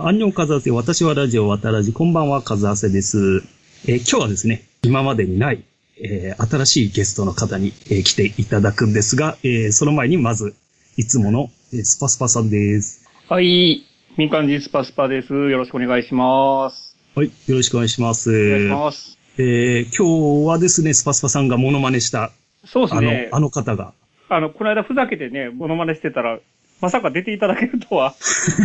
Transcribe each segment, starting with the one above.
アンニョンカズアセ、私はラジオ、わたらじ、こんばんは、カズアセです。えー今日はですね、今までにない、えー新しいゲストの方に、えー来ていただくんですが、えーその前にまず、いつもの、えースパスパさんです。はい。民間人スパスパです。よろしくお願いします。はい、よろしくお願いします。お願いします。えー今日はですね、スパスパさんがモノマネした、そうであのすね、。あの方が、あの、この間ふざけてね、モノマネしてたら、まさか出ていただけると は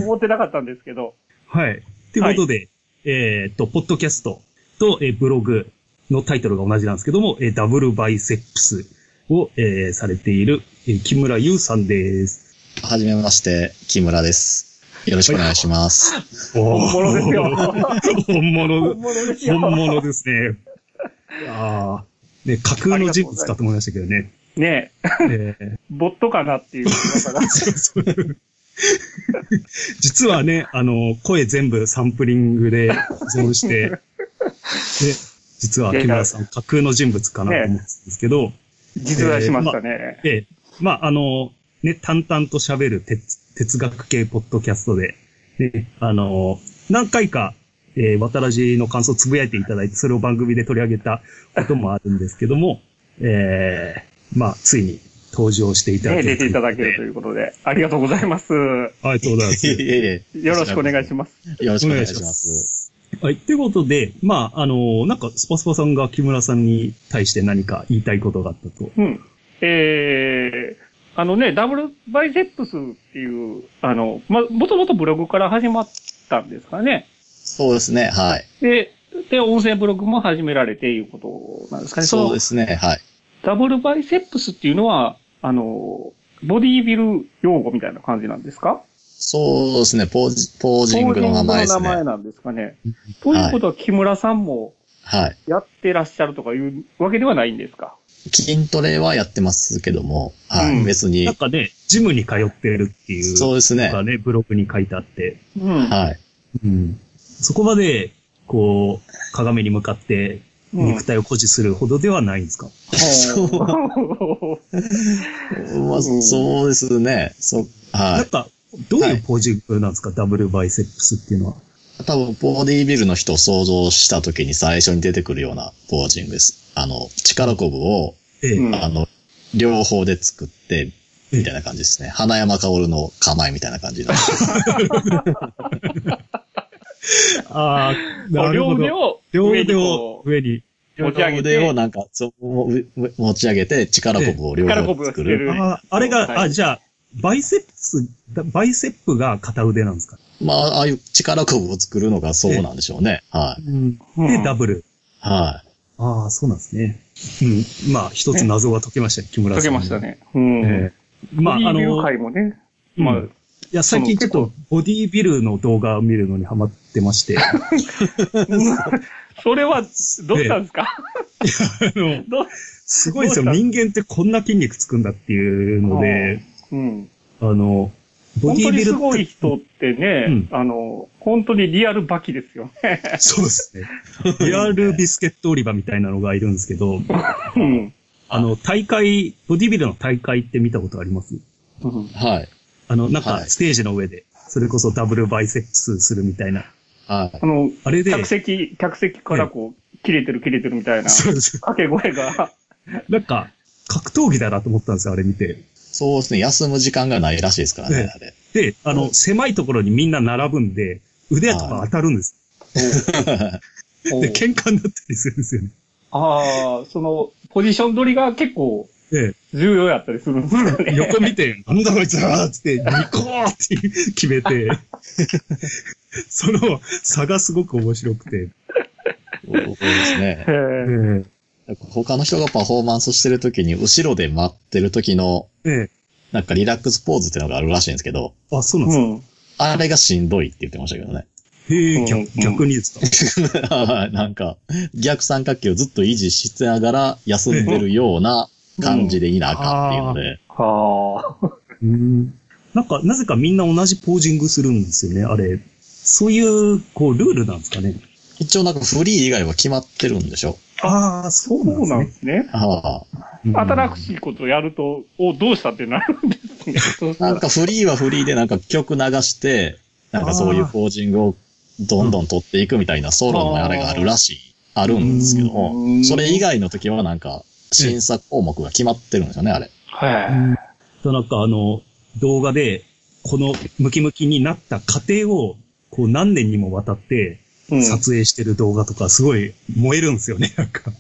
思ってなかったんですけど、はい。ということで、えーっと、ポッドキャストと、えーブログのタイトルが同じなんですけども、えーダブルバイセップスを、えーされている、えー木村優さんです。はじめまして、木村です。よろしくお願いします。お本物です よ。本本物、物ですよ。本物ですね。ああ。ね、架空の人物かと思いましたけど ね。ねえ、えーボットかな っていう噂が。そうそう 実はね、あの、声全部サンプリングで保存 して、で、実は木村さん架空の人物かなと思うんですけど、実在しましたね。で、まあ、あの、ね、淡々と喋る哲哲学系ポッドキャストで、ね、あの、何回か、えー、わたらじの感想をつぶやいていただいて、それを番組で取り上げたこともあるんですけども、えー、まあ、ついに登場していただねけえる出ていただけるということで、ありがとうございます。よありがとうございます。ええろしくお願いします。よろしくお願いおし願いましす。はい。ということで、まあ、あのなんか、スパスパさんが木村さんに対して何か言いたいことがあったと。うん。えー、あのね、ダブルバイセップスっていう、あの、ま、もともとブログから始まったんですかね。そうですね、はい。で、で、音声ブログも始められていうことなんですかね。。そうですすね、はい。ダブルバイセップスっていうのは、あの、ボディービル用語みたいな感じなんですかそうですね、ポージポージングの名前でポージンすグの名前ね。なんですかねうん。ということは、木村さんもはい。やってらっしゃるとかいうわけではないんですか筋トレはやってますけども、はい。うん別になん、かね、ジムに通ってるっていうそうですのね。がね、ブログに書いてあって、うん。はい。うん。そこまで、こう、鏡に向かってうん肉体を誇示するほどではないんですか、 そうほうまあ、うんそうですね。そはなんい。か、どういうポージングなんですか、ダブルバイセップスっていうのは。多分、ボディービルの人を想像した時に最初に出てくるようなポージングです。あの、力こぶを、え えうんあの、両方で作って、ええみたいな感じですね。花山薫の構えみたいな感じなんで。ああ、なる両ほ腕ど。を、両上に腕をこう上に。持ち上げ腕をて、なんか、そう、持ち上げて、力こぶを両力こ方ぶでを作作るる。ああ、あれが、はいあ、じゃあ、バイセップス、バイセップが片腕なんですかまあ、ああいう力こぶを作るのがそうなんでしょうね。はい。うん。うんで、ダブル。はい。ああ、そうなんですね。うん。まあ、一つ謎が解けましたね、木村さ解ん。けました。ね。うん。ええまあ、ボディあービルの、界も ね、まあ、うんいや、最近結構、ボディービルの動画を見るのにハマってま して、あそれは、どうしたんですか、の、どうすごいですよ。どうし人間ってこんな筋肉つくんだっていうので、うん。あの、ボ本ディー当ビにルすごい人ってね、うんあの、本当にリアルバキですよね。 そうですね。リアルビスケット売り場みたいなのがいるんですけ ど、うん。あの、大会、ボディービルの大会って見たことありますうんはい。あの、なんかは、いステージの上で、それこそダブルバイセップスするみたいな。はい。あの、あれで、客席、客席からこう、切れてる切れてるみたいな、そうです。掛け声が、 なんか、格闘技だなと思ったんですよ、あれ見て。そうですね。休む時間がないらしいですからねね、あれ。 で、あの、狭いところにみんな並ぶんで、腕とか当たるんです。で、喧嘩になったりするんですよね。ああ、その、ポジション取りが結構で、重要やったりするんですよね。 横見て、なんだこいつらつって、ニコーって決め て、その差がすごく面白くて、そうですね。へー他の人がパフォーマンスしてる時に、後ろで待ってる時の、ええ、なんかリラックスポーズってのがあるらしいんですけど、あ、そうなんうですか。ん。あれがしんどいって言ってましたけどね。へうえ、ん逆逆にですか。はい なんか、逆三角形をずっと維持しながら休んでるような感じでいなあかんっていうので、はあ。うんなんか、なぜかみんな同じポージングするんですよね、あれ。そういう、こう、ルールなんですかね。一応なんかフリー以外は決まってるんでしょああ、そそうなんですね。はあ、ね新しいことやると、お、どうしたってなるんですね。なんかフリーはフリーでなんか曲流して、なんかそういうポージングをどんどん取っていくみたいなソロのあれがあるらしい、あるんですけどうも、んそれ以外の時はなんか、審査項目が決まってるんですよね、あれ。はとなんかあの、動画で、このムキムキになった過程を、こう何年にもわたってい。うん撮影してる動画とか、すごい燃えるんですよね、なん か。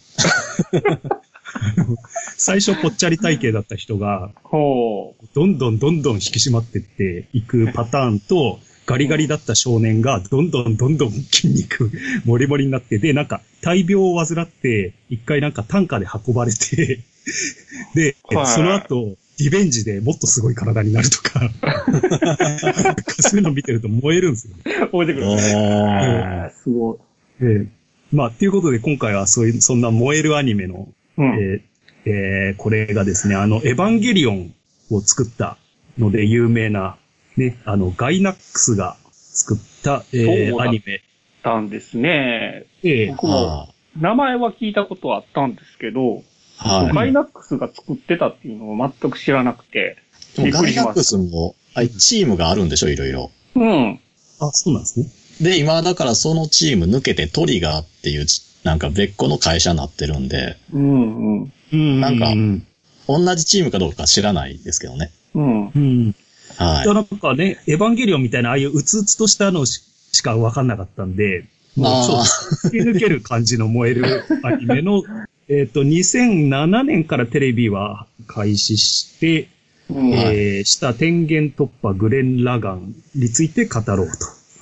あの最初ぽっちゃり体型だった人が、ほう。どんどんどんどん引き締まってっていくパターンと、ガリガリだった少年が、どんどんどんどん筋肉、 もりもりになって、で、なんか、大病を患って、一回なんか担架で運ばれて、 で、はいその後、リベンジでもっとすごい体になるとか、 なんかそういうの見てると燃えるんですよね。覚えてくる。ーあーすごい。でまあ、ということで今回はそういう、そんな燃えるアニメのうん。えーえーこれがですね、あの、エヴァンゲリオンを作ったので有名な、ね、あの、ガイナックスが作った、えそうーだアニメ。たんですね。えー僕も、名前は聞いたことはあったんですけど、はい。ガイナックスが作ってたっていうのを全く知らなくて。でもガイナックスも、あれチームがあるんでしょ、いろいろ。うん。あ、そうなんですね。で、今だからそのチーム抜けてトリガーっていうち、なんか別個の会社になってるんで、うんうん。うんなんかうん。同じチームかどうか知らないですけどね。うん。うん。はい。なんかね、エヴァンゲリオンみたいな、ああいううつうつとしたのししかわかんなかったんで、もうちょあっと突き抜ける感じの燃えるアニメの、 えっと、2007年からテレビは開始して、うんはいえー、下天元突破グレン・ラガンについて語ろう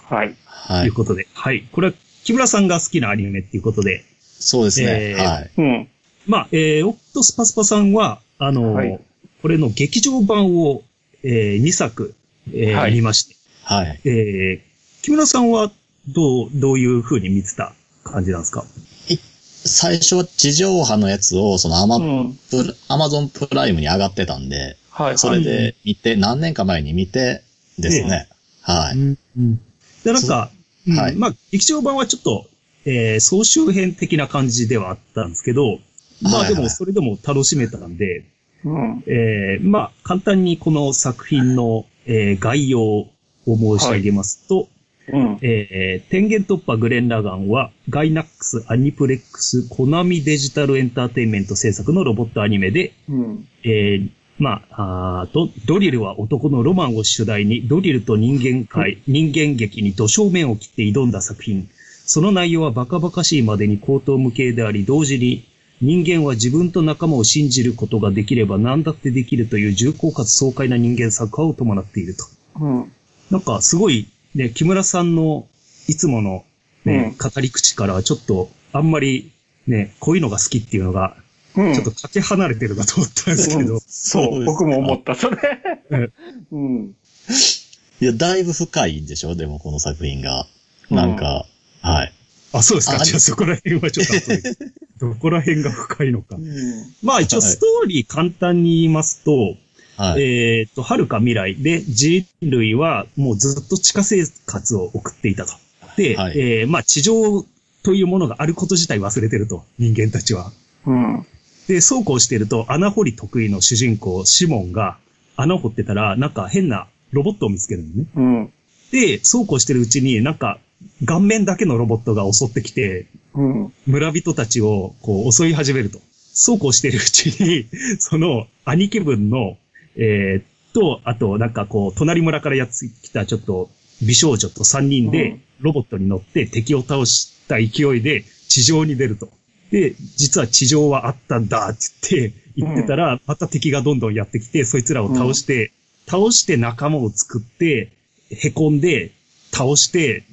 はい。と。はいいうことで、はい、これは木村さんが好きなアニメっていうことで、そうですね。えーはい。うん。まあ、えー、オットスパスパさんは、あのーはいこれの劇場版を、えー、2作、えーはい見ましはい。て、えー、木村さんはどう、どういう風に見てた感じなんですか最初は地上波のやつを、そのアマうプん。ラ、アマゾンプライムに上がってたんで、はい。それで見て、何年か前に見てですね。はうんうんで、なんか、うんはいまあ、劇場版はちょっと、えー、総集編的な感じではあったんですけど、まあはいはいでも、それでも楽しめたんで、うん。えーまあ、簡単にこの作品の、えー概要を申し上げますと、うん。えー天元突破グレンラガンは、ガイナックス、アニプレックス、コナミデジタルエンターテインメント制作のロボットアニメで、うん。えーまあ、あーと、ドリルは男のロマンを主題に、ドリルと人間界、人間劇に土正面を切って挑んだ作品。その内容はバカバカしいまでに高等無形であり、同時に人間は自分と仲間を信じることができれば何だってできるという重厚かつ爽快な人間作家を伴っていると。うん。なんかすごい、ね、木村さんのいつもの、ね語り口からはちょっとあんまりね、こういうのが好きっていうのが、うん。ちょっとかけ離れてるなと思ったんですけど、そうですか僕も思っ た、それえ。うん。い。いや、だいぶ深いんでしょでもこの作品が。なんか、はい。あ、そうですか。あじゃあそこら辺はちょっと後でどこら辺が深いのかう。ん。まあ一応ストーリー簡単に言いますと、はい。えーっと、遥か未来で人類はもうずっと地下生活を送っていたと。で、はいえーまあ地上というものがあること自体忘れてると、人間たちは。うん。で、そうこうしてると穴掘り得意の主人公シモンが穴を掘ってたらなんか変なロボットを見つけるのね。うん。で、そうこうしてるうちになんか顔面だけのロボットが襲ってきて、うん。村人たちをこう襲い始めると。そうこうしてるうちに、 その兄貴分の、えーっと、あとなんかこう、隣村からやってきたちょっと美少女と3人うでん、ロボットに乗って敵を倒した勢いで地上に出ると。で、実は地上はあったんだって言って、言ってたら、また敵がどんどんやってきて、そいつらを倒して、倒して仲間を作って、凹んで、倒して、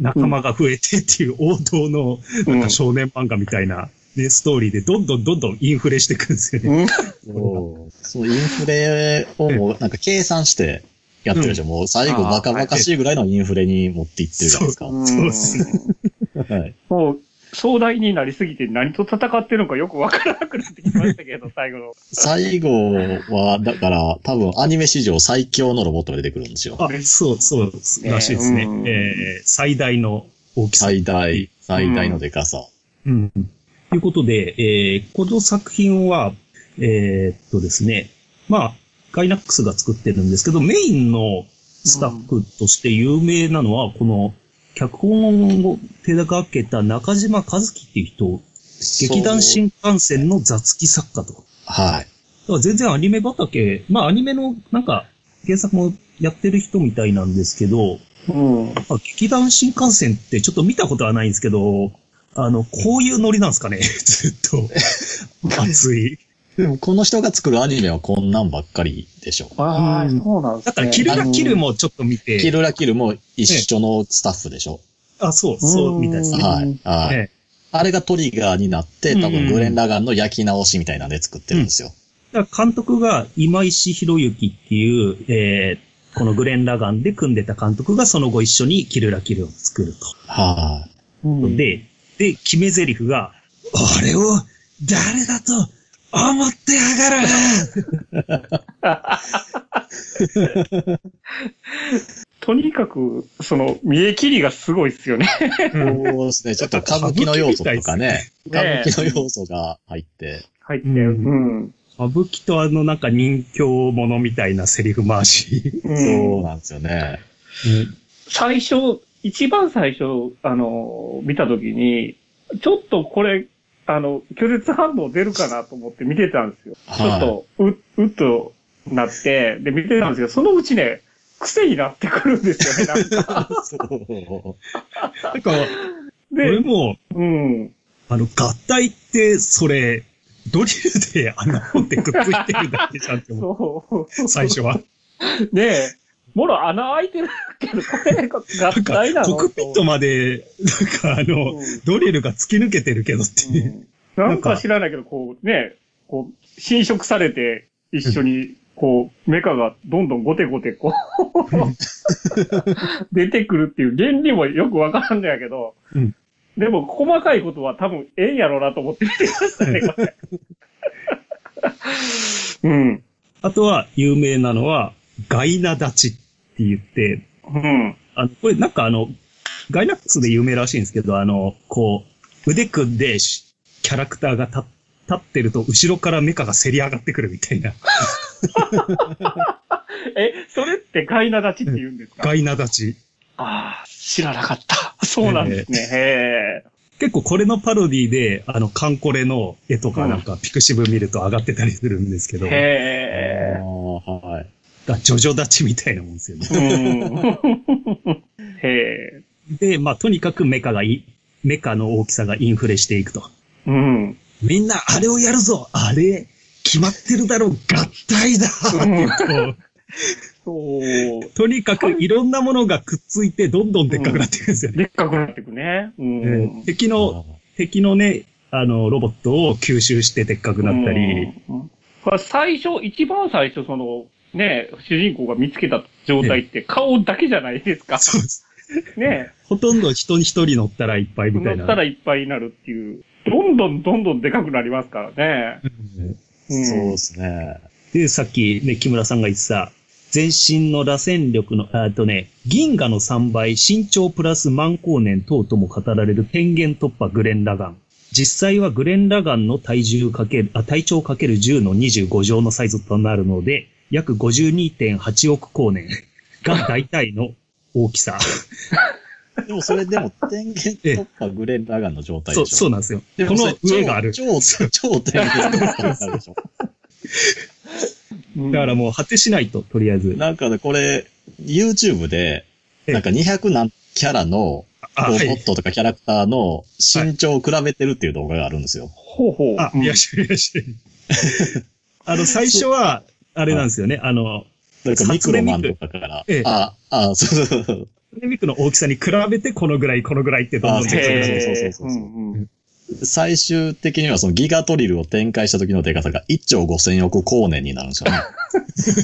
仲間が増えてっていう王道の、なんか少年漫画みたいな、ね、ストーリーでどんどんどんどんインフレしていくんですよね。うん。そのインフレをもうなんか計算してやってるでしょ、もう最後バカバカしいぐらいのインフレに持っていってるじゃないですか。うんそうですはい。もう、壮大になりすぎて何と戦ってるのかよくわからなくなってきましたけど、最後の。最後は、だから多分アニメ史上最強のロボットが出てくるんですよ。あ、そう、そう、らしいですね。ねうんえー最大の大きさ。最大、最大のデカさ。うん。ということで、えーこの作品は、えーっとですね、まあ、ガイナックスが作ってるんですけど、メインのスタッフとして有名なのは、この、脚本を手掛けた中島和樹っていう人、劇団新幹線の雑記作家と。だかはい。ら全然アニメ畑、まあアニメのなんか原作もやってる人みたいなんですけど、うん。あ劇団新幹線ってちょっと見たことはないんですけど、あの、こういうノリなんですかね ずっと。熱い。でもこの人が作るアニメはこんなんばっかりでしょ。ああ、うんそうなんですだね。から、キルラキルもちょっと見て、キルラキルも一緒のスタッフでしょ。あ、そう、そう、みたいですうんね。はい。はい。ええあれがトリガーになって、多うん分グレン・ラガンの焼き直しみたいなんで作ってるんですよ。だから監督が今石博之っていう、えーこのグレン・ラガンで組んでた監督がその後一緒にキルラキルを作ると。はい。うん、で、で、決め台詞が、俺を誰だと思ってやがるとにかく、その、見え切りがすごいですよね。うんそうですね。 ちょっと歌舞伎の要素とかね。歌ね舞伎の要素が入って。入って。ううんん。 歌舞伎とあのなんか人形者みたいなセリフ回し。うんそうなんですよね。最初、一番最初、あの、見たときに、ちょっとこれ、あの、拒絶反応出るかなと思って見てたんですよ。ちょっはと、う、うっとなって、で、見てたんですけど、そのうちね、癖になってくるんですよね、なんか。い。そう。なんか、俺で、も、うん。あの、合体って、それ、ドリルで穴掘ってくっついてるだけじゃんって思そうう、最初は。う。で、もろ穴開いてるけど、これがな合んか体な、のコクピットまで、なんかあの、うんドリルが突き抜けてるけどっていうう。んなんか知らないけど、こうね、こう、侵食されて、一緒に、こう、メカがどんどんゴテゴテ、 こう、出てくるっていう原理もよくわからんのやけど、うんでも、細かいことは多分、ええんやろうなと思って見てましたね、これ。うん。 あとは、有名なのは、ガイナ立ちって言って、うん。あの、これなんかあの、ガイナックスで有名らしいんですけど、あの、こう、腕組んでし、キャラクターが立立ってると、後ろからメカが競り上がってくるみたいな、え、それってガイナ立ちって言うんですかガイナ立ち。ああ、知らなかった。そうなんですね。へえ。結構これのパロディで、あの、カンコレの絵とかなんか、ピクシブ見ると上がってたりするんですけど、だへえあ。ーはい。ジョジョ立ちみたいなもんですよね。うん。へえ。で、まあ、とにかくメカがい、メカの大きさがインフレしていくと。うん。みんな、あれをやるぞあれ、決まってるだろう合体だってこうそう。とにかくいろんなものがくっついてどんどんでっかくなっていくんですよね。でっかくなってくね。うえーん。敵の、敵のね、あの、ロボットを吸収してでっかくなったり、うん。これ最初、一番最初、その、ね、主人公が見つけた状態って顔だけじゃないですか。そうですね。ほとんど人に一人乗ったらいっぱいみたい乗な。ったらいっぱいになるっていう。どんどんどんどんでかくなりますからね。うんうん。そうですね。で、さっきね、木村さんが言ってた、全身の螺旋力の、ああとね、銀河の3倍、身長プラス万光年等とも語られる天元突破グレン・ラガン。実際はグレン・ラガンの体重かける、あ、体長かける10の25乗のサイズとなるので、約52.8億光年が大体の大きさ。でもそれでも、天元突破グレン・ラガンの状態そでう、しょ。そうう、なんですよ。この上がある。超、超超天元突破でしょ。うんだからもう果てしないと、とりあえず。なんかね、これ、YouTube で、ええなんか200何キャラの、あ、はロボいッ。トとかキャラクターの身長を比べてるっていう動画があるんですよ。ほうほう。あ、うんいらっしゃい、いらっしゃい。あの、最初は、あれなんですよね。あの、だからミクロマンとかから。ええあ、あ、そうそうそう。デミックの大きさに比べて、このぐらい、このぐらいってどんどんあそうそうそう出てそうへえそうそうそうんうん最終的にはそのギガトリルを展開した時のデカさが1兆5000億光年になるんですよ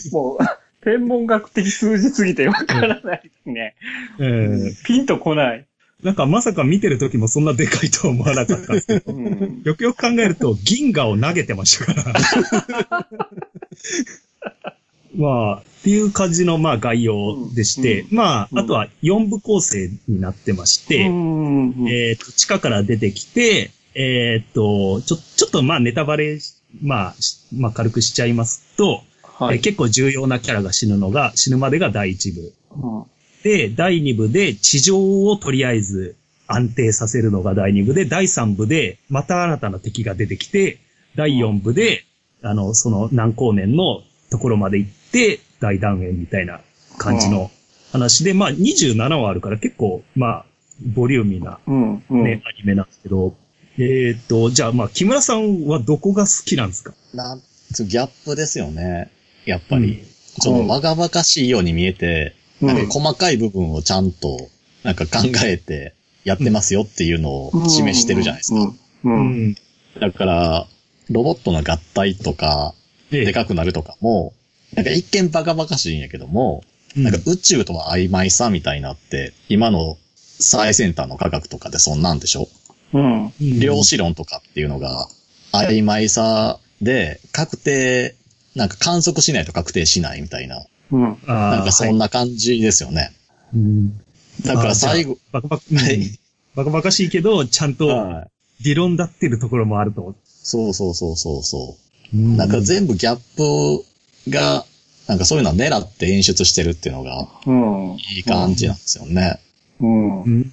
ね。もう、 天文学的数字すぎてわからないですね。くるんですよピンとこない。うんなんかまさか見てる時もそんなでかいとは思わなかったんですけど、うんよくよく考えると銀河を投げてましたから。 まあ、っていう感じの、まあ、概要でして、うんまうんあ、あとは4部構成になってまして、うんうんうんえっ、と、地下から出てきて、えっ、と、ちょ、ちょっとまあネタバレし、まあ、しまあ軽くしちゃいますと、はえー結構重要なキャラが死ぬのが、死ぬまでが第一部。うんで、第2部で地上をとりあえず安定させるのが第2部で、第3部でまた新たな敵が出てきて、第4部で、あの、その南光年のところまで行って、大断円みたいな感じの話で、まあ27話あるから結構、まあ、ボリューミーなうん。うん。ね、アニメなんですけど、えーっと、じゃあまあ、木村さんはどこが好きなんですか なん、ギャップですよね。やっぱり。うんちょっとバカバカしいように見えて、うんなんか細かい部分をちゃんと、なんか考えてやってますよっていうのを示してるじゃないですか。。うん。うん。ん。だから、ロボットの合体とか、ででかくなるとかも、なんか一見バカバカしいんやけども、うんなんか宇宙とは曖昧さみたいなって、今の最先端の科学とかでそんなんでしょうん。量子論とかっていうのが曖昧さで、確定、なんか観測しないと確定しないみたいな、うん。ななんかそんな感じですよね。だから最後、バカバカ、はうんい。バカバカしいけど、ちゃんとはい理論立ってるところもあると思。そうそうそうそうそうう。なんかぜ全部ギャップが、なんかそういうのは狙って演出してるっていうのがうん。いい感じなんですよね。うん。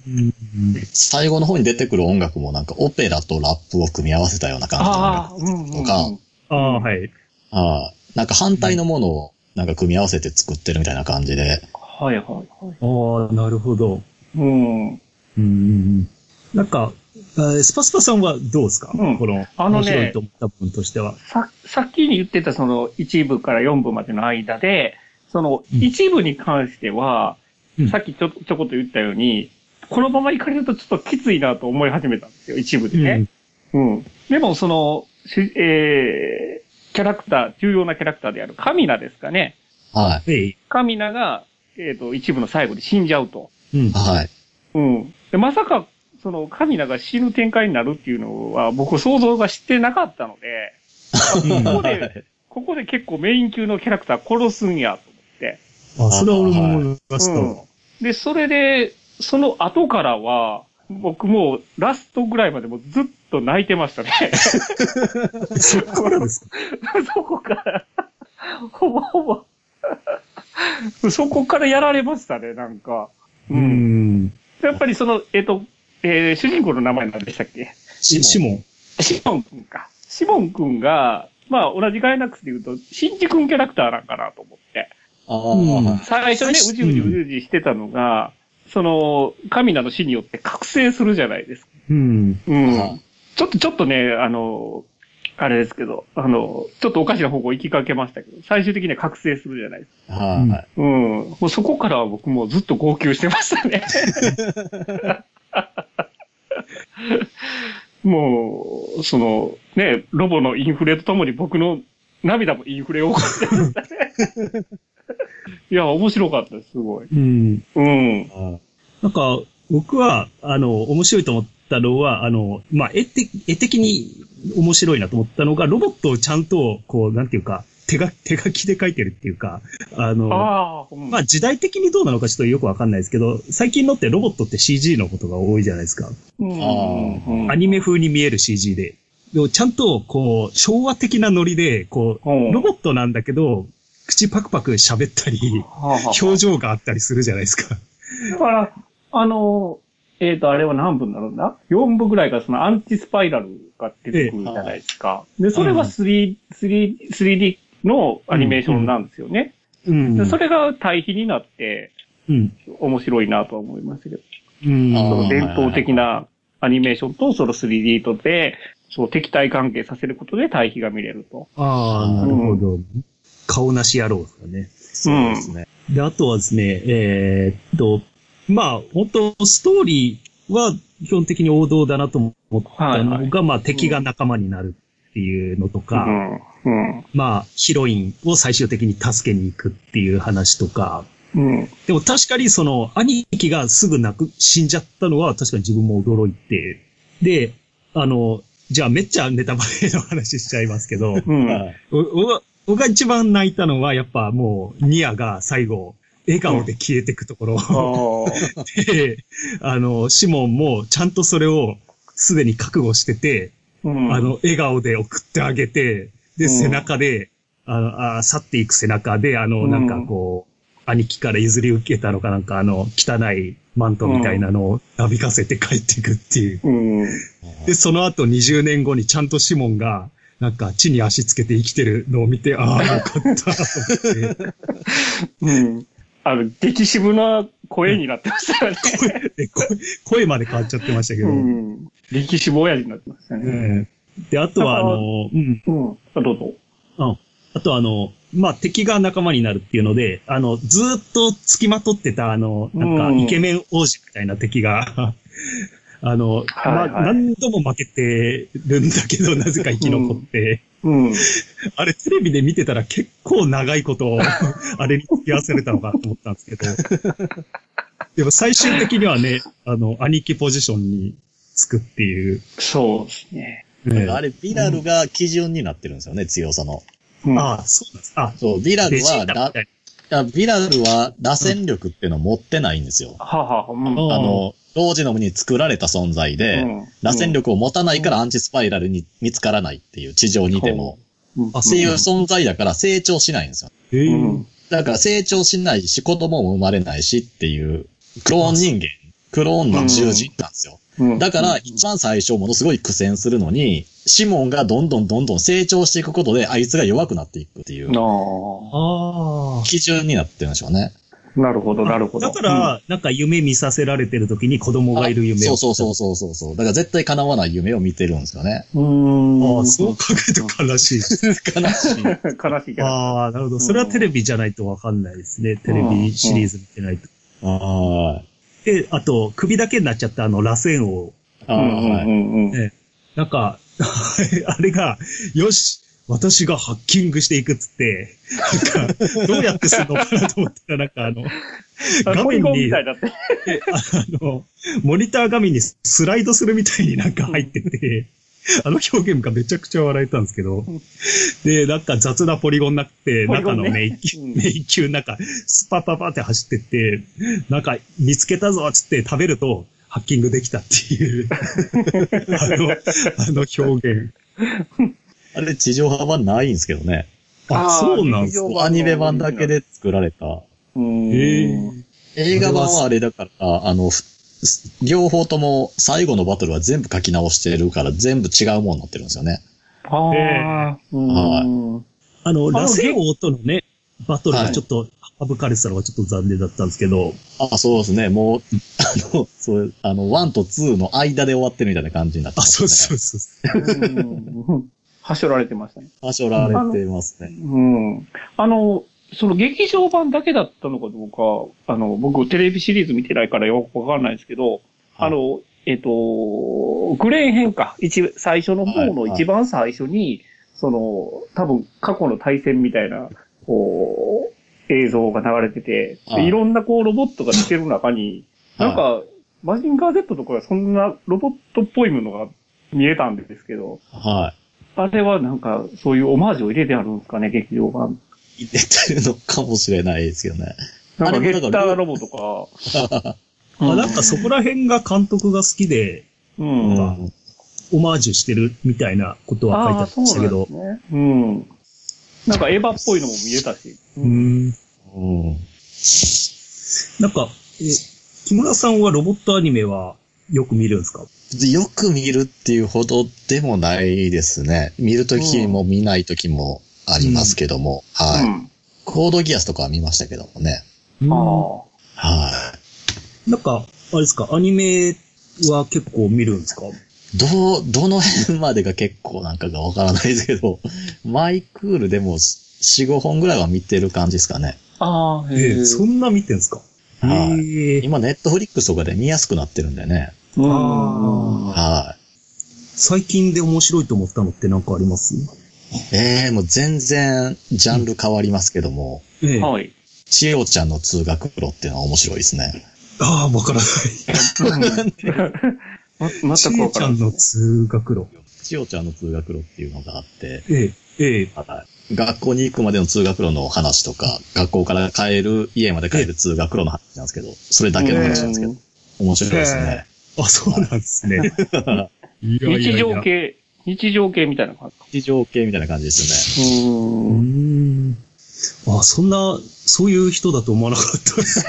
最後の方に出てくる音楽もなんかオペラとラップを組み合わせたような感じの音ああ、楽うん。うんとか、ああ、はい。はいなんか反対のものをなんか組み合わせて作ってるみたいな感じで、はいはいはああ、なるほど。い。うん。うん。なんか、えースパスパさんはどうですか、うんこの、あのね面白いと思った部分としては。さ、さっきに言ってたその1部から4部までの間で、そのうん1部に関してうは、んさっきちょ、ちょこっと言ったように、このまま行かれるとちょっときついなと思い始めたんですよ、1部でね。うん。でも、その、しえー、キャラクター、重要なキャラクターであるカミナですかね。はうん。えい。カミナが、えっ、と、一部の最後で死んじゃうと。うんい。。はい。うん。で、まさか、その、カミナが死ぬ展開になるっていうのは、僕想像がしてなかったので、うんここはでい、ここで結構メイン級のキャラクター殺すんや、と思って。あ、それは俺も思いました。うん。で、それで、その後からは、僕もうラストぐらいまでもうずっと泣いてましたね。 そこからですか そこから、ほぼほぼ、そこからやられましたね、なんか。う。うんん。やっぱりその、えっ、と、えー主人公の名前なんでしたっけシシモン。シモンくんか。シモンくんが、まあ同じガイナックスで言うと、シンジ君キャラクターなんかなと思って。あうんあ、最初ね、うじうじうじうじしてたのが、その、神なの死によって覚醒するじゃないですか。うん。うん。はいちょっと、ちょっとね、あの、あれですけど、あの、ちょっとおかしな方向行きかけましたけど、最終的には覚醒するじゃないですか。はうん。もうそこからは僕もずっと号泣してまし たね。もう、その、ね、ロボのインフレとともに僕の涙もインフレを起こしてましたね。 いや、面白かったです、すごい。うん。うん。い。なんか、僕は、あの、面白いと思ったのは、あの、まあ、絵的、絵的に面白いなと思ったのが、ロボットをちゃんと、こう、なんていうか、手が、手書きで書いてるっていうか、あの、ああ、うんまあ、時代的にどうなのかちょっとよくわかんないですけど、最近のってロボットって CG のことが多いじゃないですか。うんアニメ風に見える CG で。でもちゃんと、こう、昭和的なノリで、こう、うんロボットなんだけど、口パクパク喋ったり、表情があったりするじゃないですか。だから、あの、えっ、と、あれは何分だろうな ?4 部ぐらいからそのアンチスパイラルが出てくるじゃないですか。で、それは 3D、3D、3D のアニメーションなんですよね。うんでそれが対比になってうん。面白いなとは思いましたけど、うん。あーその伝統的なアニメーションとその 3D とで、そう敵対関係させることで対比が見れると。ああ、なるほど。顔なし野郎ですかね。そうですね。で、あとはですね、えーっと、まあ、本当ストーリーは基本的に王道だなと思ったのが、はいまあ、敵が仲間になるっていうのとうか、ん。うん。まあ、ヒロインを最終的に助けに行くっていう話とか、うん。でも確かにその、兄貴がすぐ亡く、死んじゃったのは確かに自分も驚いて、で、あの、じゃあめっちゃネタバレの話しちゃいますけど、 うん。おおが僕が一番泣いたのは、やっぱもう、ニアが最後、笑顔で消えてくとこ ろ、あーで、あの、シモンもちゃんとそれをすでに覚悟してて、うんあの、笑顔で送ってあげて、うで、ん背中で、あのあ去っていく背中で、あうの、んなんかこう、兄貴から譲り受けたのかなんか、あの、汚いマントみたいなのをなびかせて帰ってくっていう。うん。で、その後20年後にちゃんとシモンが、なんか地に足つけて生きてるのを見て、ああ、よかった と思って。うん。あの、激渋な声になってましたよね。で声声まで変わっちゃってましたけど。うん。激渋親父になってましたね。ええで、あとは、ああの、うん。うん。あ、どうぞ。あとはあの、まあ、敵が仲間になるっていうので、あの、ずーっと付きまとってた、あの、なうんんか、イケメン王子みたいな敵が、 あの、はいはいまあ、何度も負けてるんだけど、なぜか生き残って、うん。あれテレビで見てたら結構長い こと、あれに付き合わせれたのかと思ったんですけど、でも最終的にはね、あの、兄貴ポジションにつくっていう。そうですね。なんええかあれ、ビラルが基準になってるんですよね、強さの。うん、ああ、そうなんです。あ、そう、ビラルレジーは、タみらたいいやビラルは螺旋力っていうのを持ってないんですよ。ははは、うん。うんあの、老ジノムに作られた存在で、うん螺旋力を持たないからアンチスパイラルに見つからないっていう、地上にいても。うんあっていう存在だから成長しないんですよ。な。ええうん。だから成長しないし、子供も生まれないしっていう、クローン人間、クローンの獣人なんですよ。うんだから、一番最初ものすごい苦戦するのに、シモンがどんどんどんどん成長していくことで、あいつが弱くなっていくっていうな、ああ基準になってるんでしょうね。なるほど、なるほど。だから、なんか夢見させられてる時に子供がいる夢そを。うそうそうそうそうそう。だから絶対叶わない夢を見てるんですよ ね。うん、うーん。ああ、そう考えると悲しい。悲しい。 悲しいけど。ああ、なるほど。それはテレビじゃないとわかんないですね。テレビシリーズ見てないと。あで、あと、首だけになっちゃったあの、螺旋王。あ。ああ、はうい。んうんうん。なんか、 あれが、よし、私がハッキングしていくっつって、なんか、どうやってするのかなと思ったら、なんかあの、画ポ面イゴンにみたいだって。であの、モニター画面にスライドするみたいになんか入ってて、あの表現がめちゃくちゃ笑えたんですけどん、で、なんか雑なポリゴンなくて、ポリゴ中ンのね迷宮、うん迷宮なんか、スパパパって走ってって、なんか見つけたぞっつって食べると、ハッキングできたっていう、あの、あの表現。あれ、地上波版ないんですけどね。あ、あーそうなんです地上か。アニメ版だけで作られた。うん。へえ映画版はあれだから、ああの、ふ両方とも最後のバトルは全部書き直してるから全部違うものになってるんですよね。ああ。うん。あの、の螺旋王とのね、バトルはがいちょっと省かれてたのがちょっと残念だったんですけど、あそうですね。もう、あの、 そう、あの、1と2の間で終わってるみたいな感じになってあ、ます、そね。うそうそう。うんはしょられてましたね。う。はしょられてますね。うん。あの、その劇場版だけだったのかどうか、あの、僕テレビシリーズ見てないからよくわかんないですけど、はいあの、えっ、と、グレーン変化、一、最初の方のはい一番最初に、その、多分過去の対戦みたいな、こう、映像が流れてて、ではいいろんなこうロボットが出てる中に、なんか、マジンガー Z とかがそんなロボットっぽいものが見えたんですけど、はあれはなんか、そういうオマージュを入れてあるんですかね、劇場版。い。入れてるのかもしれないですよね。なんあれかゲッタなんかーロボとか。あなんかそこら辺が監督が好きで、う。うんあん。オマージュしてるみたいなことは書いてああー、っそたんうですなけんでどす。ね。うん。なんかエヴァっぽいのも見えたし。うーん。うん。なんか、え、木村さんはロボットアニメはよく見るんですかよく見るっていうほどでもないですね。見るときも見ないときもありますけども、はい、うん。コードギアスとかは見ましたけどもね。あはなんか、あれですか、アニメは結構見るんですかい。どう、どの辺までが結構なんかがわからないですけど、 マイクールでも4、5本ぐらいは見てる感じですかね。あ。ああ、えへえ。そんな見てんですかはいええ今ネットフリックスとかで見やすくなってるんでね。うんあは最近で面白いと思ったのってなんかありますい。ええもう全然ジャンル変わりますけども、ええあはい。千代ちゃんの通学路っていうのは面白いですね。あー、わからない。ま、全くちえわかちらゃなんい。の通学路。千代ちゃんの通学路っていうのがあって、ええ、ええ、はい学校に行くまでの通学路の話とか、学校から帰る、家まで帰る通学路の話なんですけど、それだけの話なんですけど、面白いですね。あ、そうなんです ね。いやいやいや日常。系、日常系みたいな感日常系みたいな感じですよね。じ。ううーん。ん。あ、そんな、そういう人だと思わなかったです。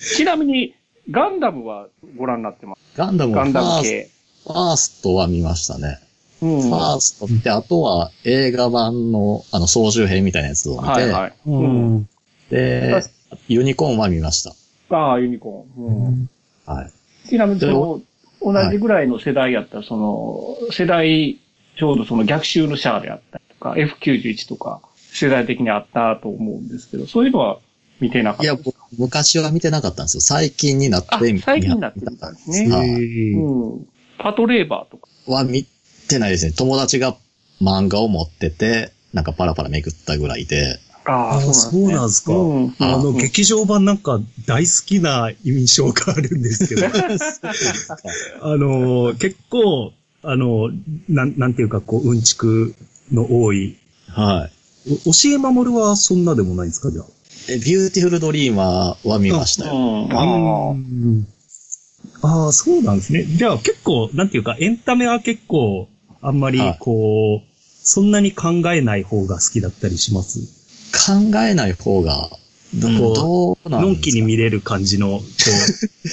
ちなみに、ガンダムはご覧になってます。ガンダムガはンフダァムース系。ファーストは見ましたね。うん。ファーストって、あとは映画版の、あの、総集編みたいなやつを見て、はいはい。うん。で、ユニコーンは見ました。ああ、ユニコーン。うんはい。ちなみに、その、同はじいぐらいの世代やったら、その、世代、ちょうどその逆襲のシャアであったりとか、F91 とか、世代的にあったと思うんですけど、そういうのは見てなかいったや、です僕昔は見てなかったんですよ。最近になってあ、最近になってみたんですね。はいうん。パトレーバーとか。は見てないですね。友達が漫画を持ってて、なんかパラパラめくったぐらいで、ああ、そうなんでですすねか。うん。あの、うん劇場版なんか大好きな印象があるんですけ ど、あの、結構、あの、なん、なんていうか、こう、うんちくの多い。はい。お教え守るはそんなでもないんですか、じゃあ。え、ビューティフルドリーマーは見ましたよ。うん。あああー、そうなんですね。じゃあ結構、なんていうか、エンタメは結構、あんまりはい、こう、そんなに考えない方が好きだったりします。考えない方が、どこうどうなんのんですきかに見れる感じの、こう、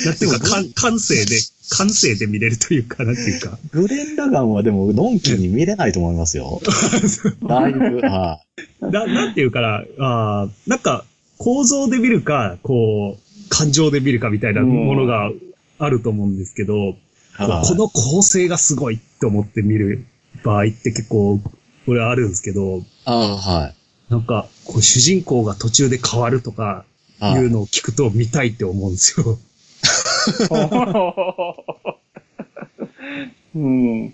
なんていうか、かん感性で、感性で見れるというか、なんていうか。グレン・ラガンはでも、のんきに見れないと思いますよ。だいぶ、はな、なんていうかな、あーなんか、構造で見るか、こう、感情で見るかみたいなものがあると思うんですけど、い。はいこの構成がすごいって思って見る場合って結構、これあるんですけど、ああ、はい。なんか、こう主人公が途中で変わるとか、いはういのを聞くと見たいって思うんですよ。 うん。はい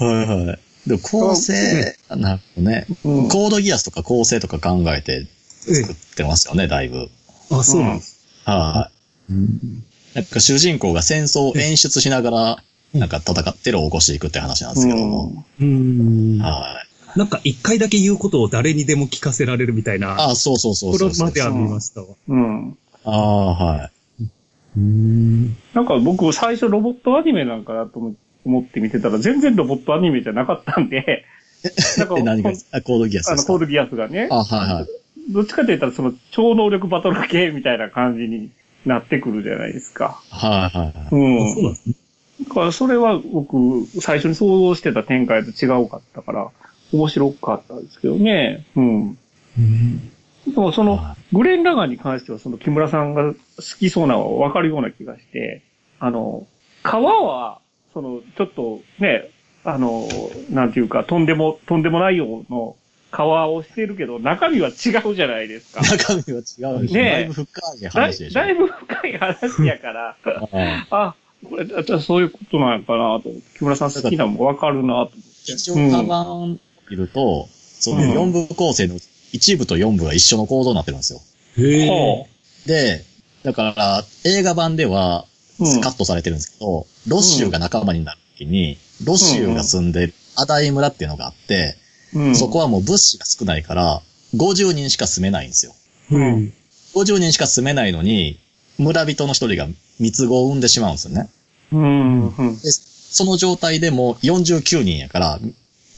はい。でも構成、なんかね、うんコードギアスとか構成とか考えて作ってますよね、だいぶ。あ、そうなんです。はい。なんか主人公が戦争を演出しながら、なんか戦ってるを起こしていくって話なんですけども。うん。なはい。んか一回だけ言うことを誰にでも聞かせられるみたいな、あそうそうそうところそうそう。までは見ましたわ。うん。ああ、はい。うん。なんか僕最初ロボットアニメなんかなと思って見てたら全然ロボットアニメじゃなかったんで、なんかで、何がほんあコードギアスあでのすかコードギアスがね、あはいはい。どっちかと言ったらその超能力バトル系みたいな感じになってくるじゃないですか。はいはいはい。うん。あそうなんですね。だからそれは僕最初に想像してた展開と違うかったから面白かったんですけどね。うん。でもそのはグレン・ラガンに関してはその木村さんが好きそうなのはわかるような気がして、あの、川は、その、ちょっとね、あの、なんていうか、とんでも、とんでもないようの川をしてるけど、中身は違うじゃないです か。中身は違うでしょ。ねえだいぶ深いだ話でいしょ。だいぶ深い話やから、はいあ、これ、だってそういうことなんかなと思って、木村さん好きなのもわかるなと一応、カバンいると、その4部構成の1部と4部が一緒の構造になってるんですよ。へ思っえ。て。で、だから、映画版では、うんカットされてるんですけど、ロシューが仲間になるときに、ロシューが住んでるアダイ村っていうのがあって、うんそこはもう物資が少ないから、50人しか住めないんですよ。うん。 50人しか住めないのに、村人の一人が三つ子を産んでしまうんですよね。うん、うん。で、その状態でもう49人やから、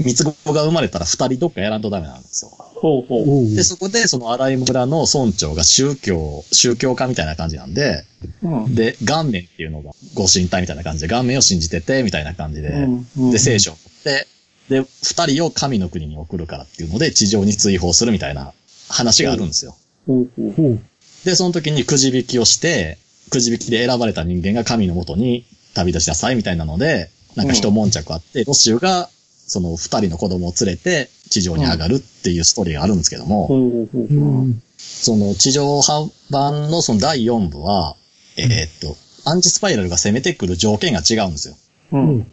三つ子が生まれたら二人どっかやらんとダメなんですよ。ほうほう。おうで、そこでそのアダイ村の村長が宗教、宗教家みたいな感じなんで、うん。で、顔面っていうのが、ご神体みたいな感じで、顔面を信じてて、みたいな感じで、うんで、聖書を取って、で、二人を神の国に送るからっていうので、地上に追放するみたいな話があるんですよ。ほうほう。ほう。で、その時にくじ引きをして、くじ引きで選ばれた人間が神のもとに旅立ちなさいみたいなので、なんか一悶着あって、ロシュが、その二人の子供を連れて、地上に上がるっていうストーリーがあるんですけども、ほうほうほう。うん。その地上版のその第4部は、えーっと、アンチスパイラルが攻めてくる条件が違うんですよ。うん。違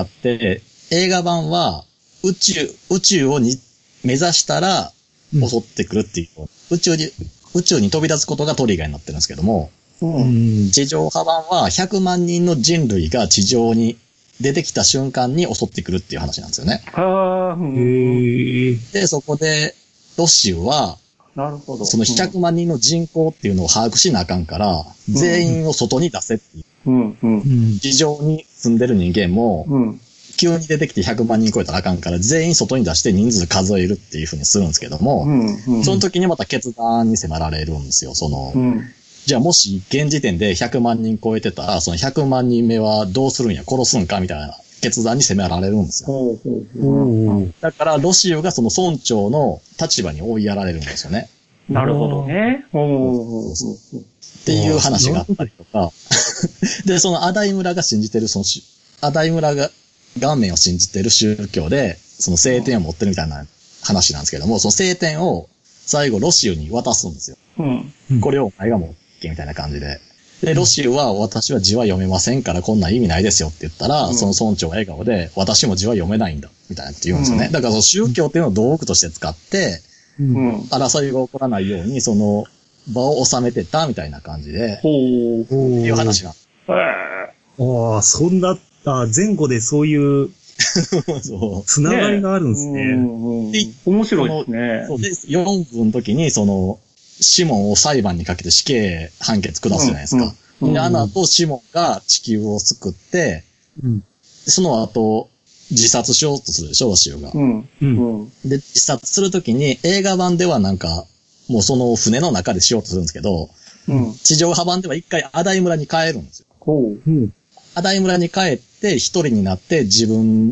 って、映画版は宇宙、宇宙をに目指したらうん襲ってくるっていう、宇宙に、宇宙に飛び出すことがトリガーになってるんですけども、うん。地上波版は100万人の人類が地上に出てきた瞬間に襲ってくるっていう話なんですよね。ああ、うん。へえ。で、そこで、ロシュは、なるほど。その100万人の人口っていうのを把握しなあかんから、ん全員を外に出せっていう。うん、うん、うん。地上に住んでる人間も、うん。急に出てきて100万人超えたらあかんから、全員外に出して人数数えるっていうふうにするんですけどうも、ん。うん。その時にまた決断に迫られるんですよ。その、うん。じゃあもし現時点で100万人超えてたら、その100万人目はどうするんや、殺すんかみたいな決断に迫られるんですよ。ほうほうほう。おーだからロシオがその村長の立場に追いやられるんですよね。なるほどね。ほうほうほうっていう話があったりとか。 で、そのアダイ村が信じてる、そのし、アダイ村が、顔面を信じてる宗教で、その聖典を持ってるみたいな話なんですけども、その聖典を最後ロシオに渡すんですよ。ほう。うん。これをお前が持ってみたいな感じで。で、ロシオは私は字は読めませんからこんなん意味ないですよって言ったら、うんその村長が笑顔で私も字は読めないんだ、みたいなって言うんですよね。だからその宗教っていうのを道具として使って、うんうん。争いが起こらないように、その場を収めてたみたいな感じで、ほう。おーいう話なんえああ、そんな、あー前後でそういうそつながりがあるんですえね。うん。面白いですねう。。そうで、4部の時に、その、シモンを裁判にかけて死刑判決下すじゃないですか。うんうんで、アナとシモンが地球を救って、うん。その後、自殺しようとするでしょ、ロシオが。うん。う。うんん。で、自殺するときに、映画版ではなんか、もうその船の中でしようとするんですけど、うん。地上波版では一回アダイ村に帰るんですよ。ほうう。ん。アダイ村に帰って、一人になって自分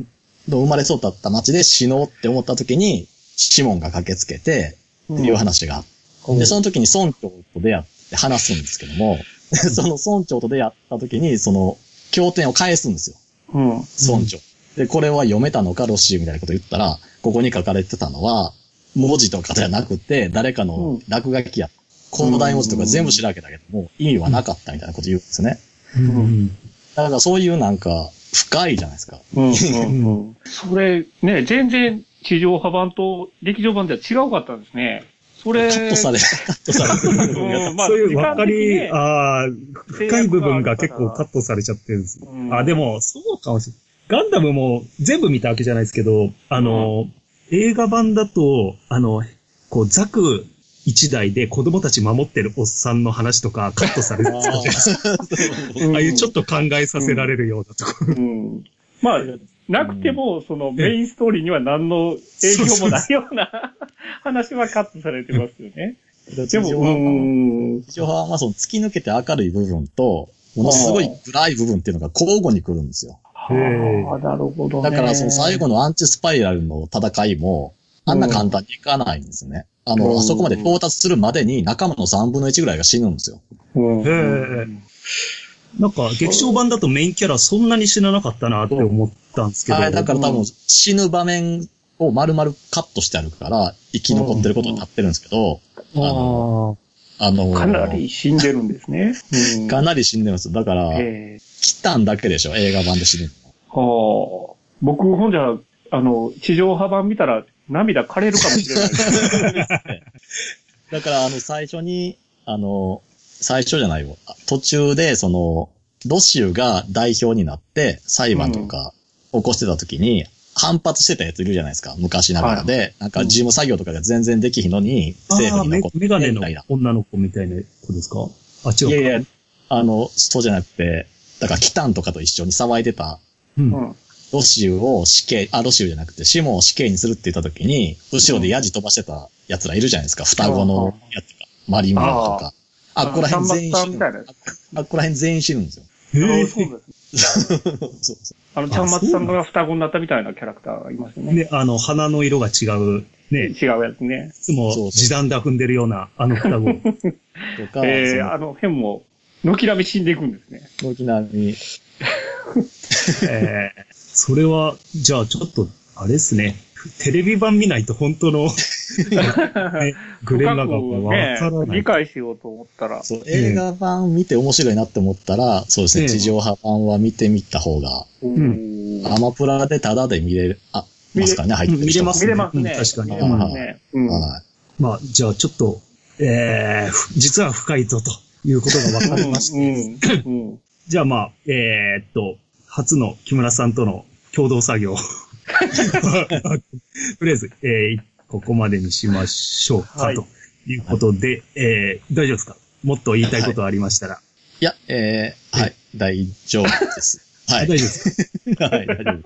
の生まれ育った町で死のうって思ったときに、シモンが駆けつけて、っていう話があってで、その時に村長と出会って話すんですけど も、その村長と出会った時に、その、経典を返すんですよ、うん。村長。で、これは読めたのか、ロシーみたいなこと言ったら、ここに書かれてたのは、文字とかじゃなくて、誰かの落書きや、広大文字とか全部調べたけども、意味はなかったみたいなこと言うんですよね。うん。だからそういうなんか、深いじゃないですか。うんうんうんそれ、ね、全然地上波版と劇場版では違うかったんですね。そカれ、ットされ、カットされてる。うんまあそういう時間分かり、的にねああ、深い部分が結構カットされちゃってるんです。うんあ、でも、そうかもしれない。ガンダムも全部見たわけじゃないですけど、あの、映画版だと、あの、こう、ザク一台で子供たち守ってるおっさんの話とかカットされてるんですよああいうちょっと考えさせられるようなところ。うんまあ、なくても、そのメインストーリーには何の影響もないような話はカットされてますよね。 ででも、も、うん。地上波はその突き抜けて明るい部分と、ものすごい暗い部分っていうのが交互に来るんですよ。はあ、なるほどね。だからその最後のアンチスパイラルの戦いも、あんな簡単にいかないんですね。あうの、んあそこまで到達するまでに仲間の3分の1ぐらいが死ぬんですよ。うん、へなんか、劇場版だとメインキャラそんなに死ななかったなって思ったんですけど。あれだから多う分ん死ぬ場面を丸々カットしてあるから、生き残ってることになってるんですけど、ああの、ーあのかなり死んでるんですね。うんかなり死んでます。だから、ええキタンだけでしょ、映画版で死ぬの。はあ。僕、ほんじゃ、あの、地上波版見たら涙枯れるかもし れない。だから、あの、最初に、あの、最初じゃないよ。あ途中で、その、ロシウが代表になって、裁判とか起こしてた時に、反発してたやついるじゃないですか。昔ながらで。なんか、事務作業とかが全然できひんのに、政あ府ー、にメ残ってメガネのみたいな。女の子みたいな子ですかあ、違ういか。やいや、あの、そうじゃなくて、だから、キタンとかと一緒に騒いでた、うんうん。ロシウを死刑、あ、ロシウじゃなくて、シモンを死刑にするって言った時に、後ろでヤジ飛ばしてた奴らいるじゃないですか。双子のやつとか、マリンマとか。あ、ここら辺全員あ死三番さぬんみたいなやつ。あ、ここら辺全員死ぬんですよ。 へあーのそうです。そうそあの、ちゃんまつさんが双子になったみたいなキャラクターがいますよね。ね、あの、鼻の色が違う、ね、い違うやつね。つもそうそう時短だ踏んでるような、あの双 子。う。とか、ええそのあの辺も、軒並み死んでいくんですね。軒並み、えーそれは、じゃあちょっと、あれですね。テレビ版見ないと本当 の、ねグレンラガンがわか深らくなね、理い。解しようと思ったら。そう、映画版見て面白いなって思ったら、そうですええね、地上波版は見てみた方が、うんアマプラでタダで見れる、あ、ますからね、入ってる人うん見れます見れますね。うん確かに見れますね。うん。はまあ、じゃあちょっと、えーふ実は深いぞということがわかりました。うんうん。うんじゃあまあ、えーっと、初の木村さんとの共同作業を。とりあえず、えーここまでにしましょうか、はいということで、えー大丈夫ですかもっと言いたいことありましたら。い。いや、えー、はい、大丈夫です。はあい。大丈夫ですか はい、大丈夫。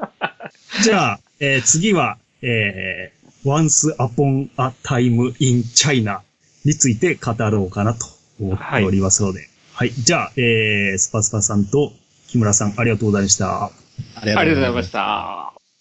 じゃあ、えー次は、えー、Once Upon a Time in China について語ろうかなと思っておりますので。はい。じゃあ、えー、スパスパさんと木村さん、ありがとうございました。ありありがとうございまましした。